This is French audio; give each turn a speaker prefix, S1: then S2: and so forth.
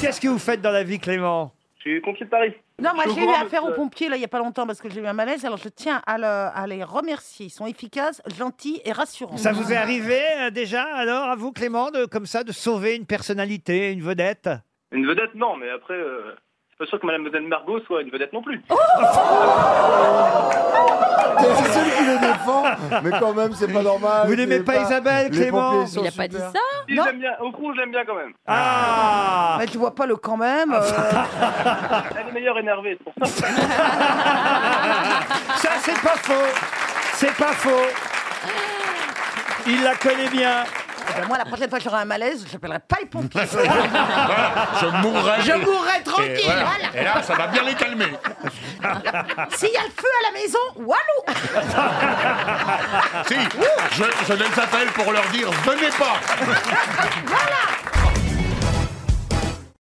S1: Qu'est-ce que vous faites dans la vie, Clément
S2: Je suis pompier de Paris.
S3: Non, moi
S2: Je
S3: j'ai eu
S2: vous
S3: affaire aux
S2: remercie.
S3: pompiers là il n'y a pas longtemps parce que j'ai eu un malaise, alors je tiens à, le- à les remercier. Ils sont efficaces, gentils et rassurants.
S1: Ça vous est arrivé euh, déjà, alors, à vous, Clément, de, comme ça, de sauver une personnalité, une vedette
S2: Une vedette, non, mais après, euh, c'est pas sûr que Madame Madame Margot soit une vedette non plus.
S4: C'est celui qui le défend, mais quand même, c'est pas normal.
S1: Vous n'aimez
S4: c'est
S1: pas Isabelle,
S4: les
S1: Clément
S4: pompiers
S5: Il
S4: sont
S5: a pas dit
S4: super.
S5: ça
S2: Si,
S3: Non.
S2: j'aime bien, au crew, j'aime bien quand même.
S1: Ah
S3: Mais tu vois pas le quand même. euh,
S2: Elle est meilleure énervée, c'est pour ça.
S1: Ça, c'est pas faux C'est pas faux Il la connaît bien
S3: ben, moi la prochaine fois que j'aurai un malaise, j'appellerai pas les pompiers.
S6: Je mourrai.
S3: je mourrai
S6: Et,
S3: tranquille.
S6: voilà.
S3: Voilà.
S6: Et là, ça va bien les calmer.
S3: S'il y a le feu à la maison, walou.
S6: Si, je, je les appelle pour leur dire venez pas.
S3: Voilà.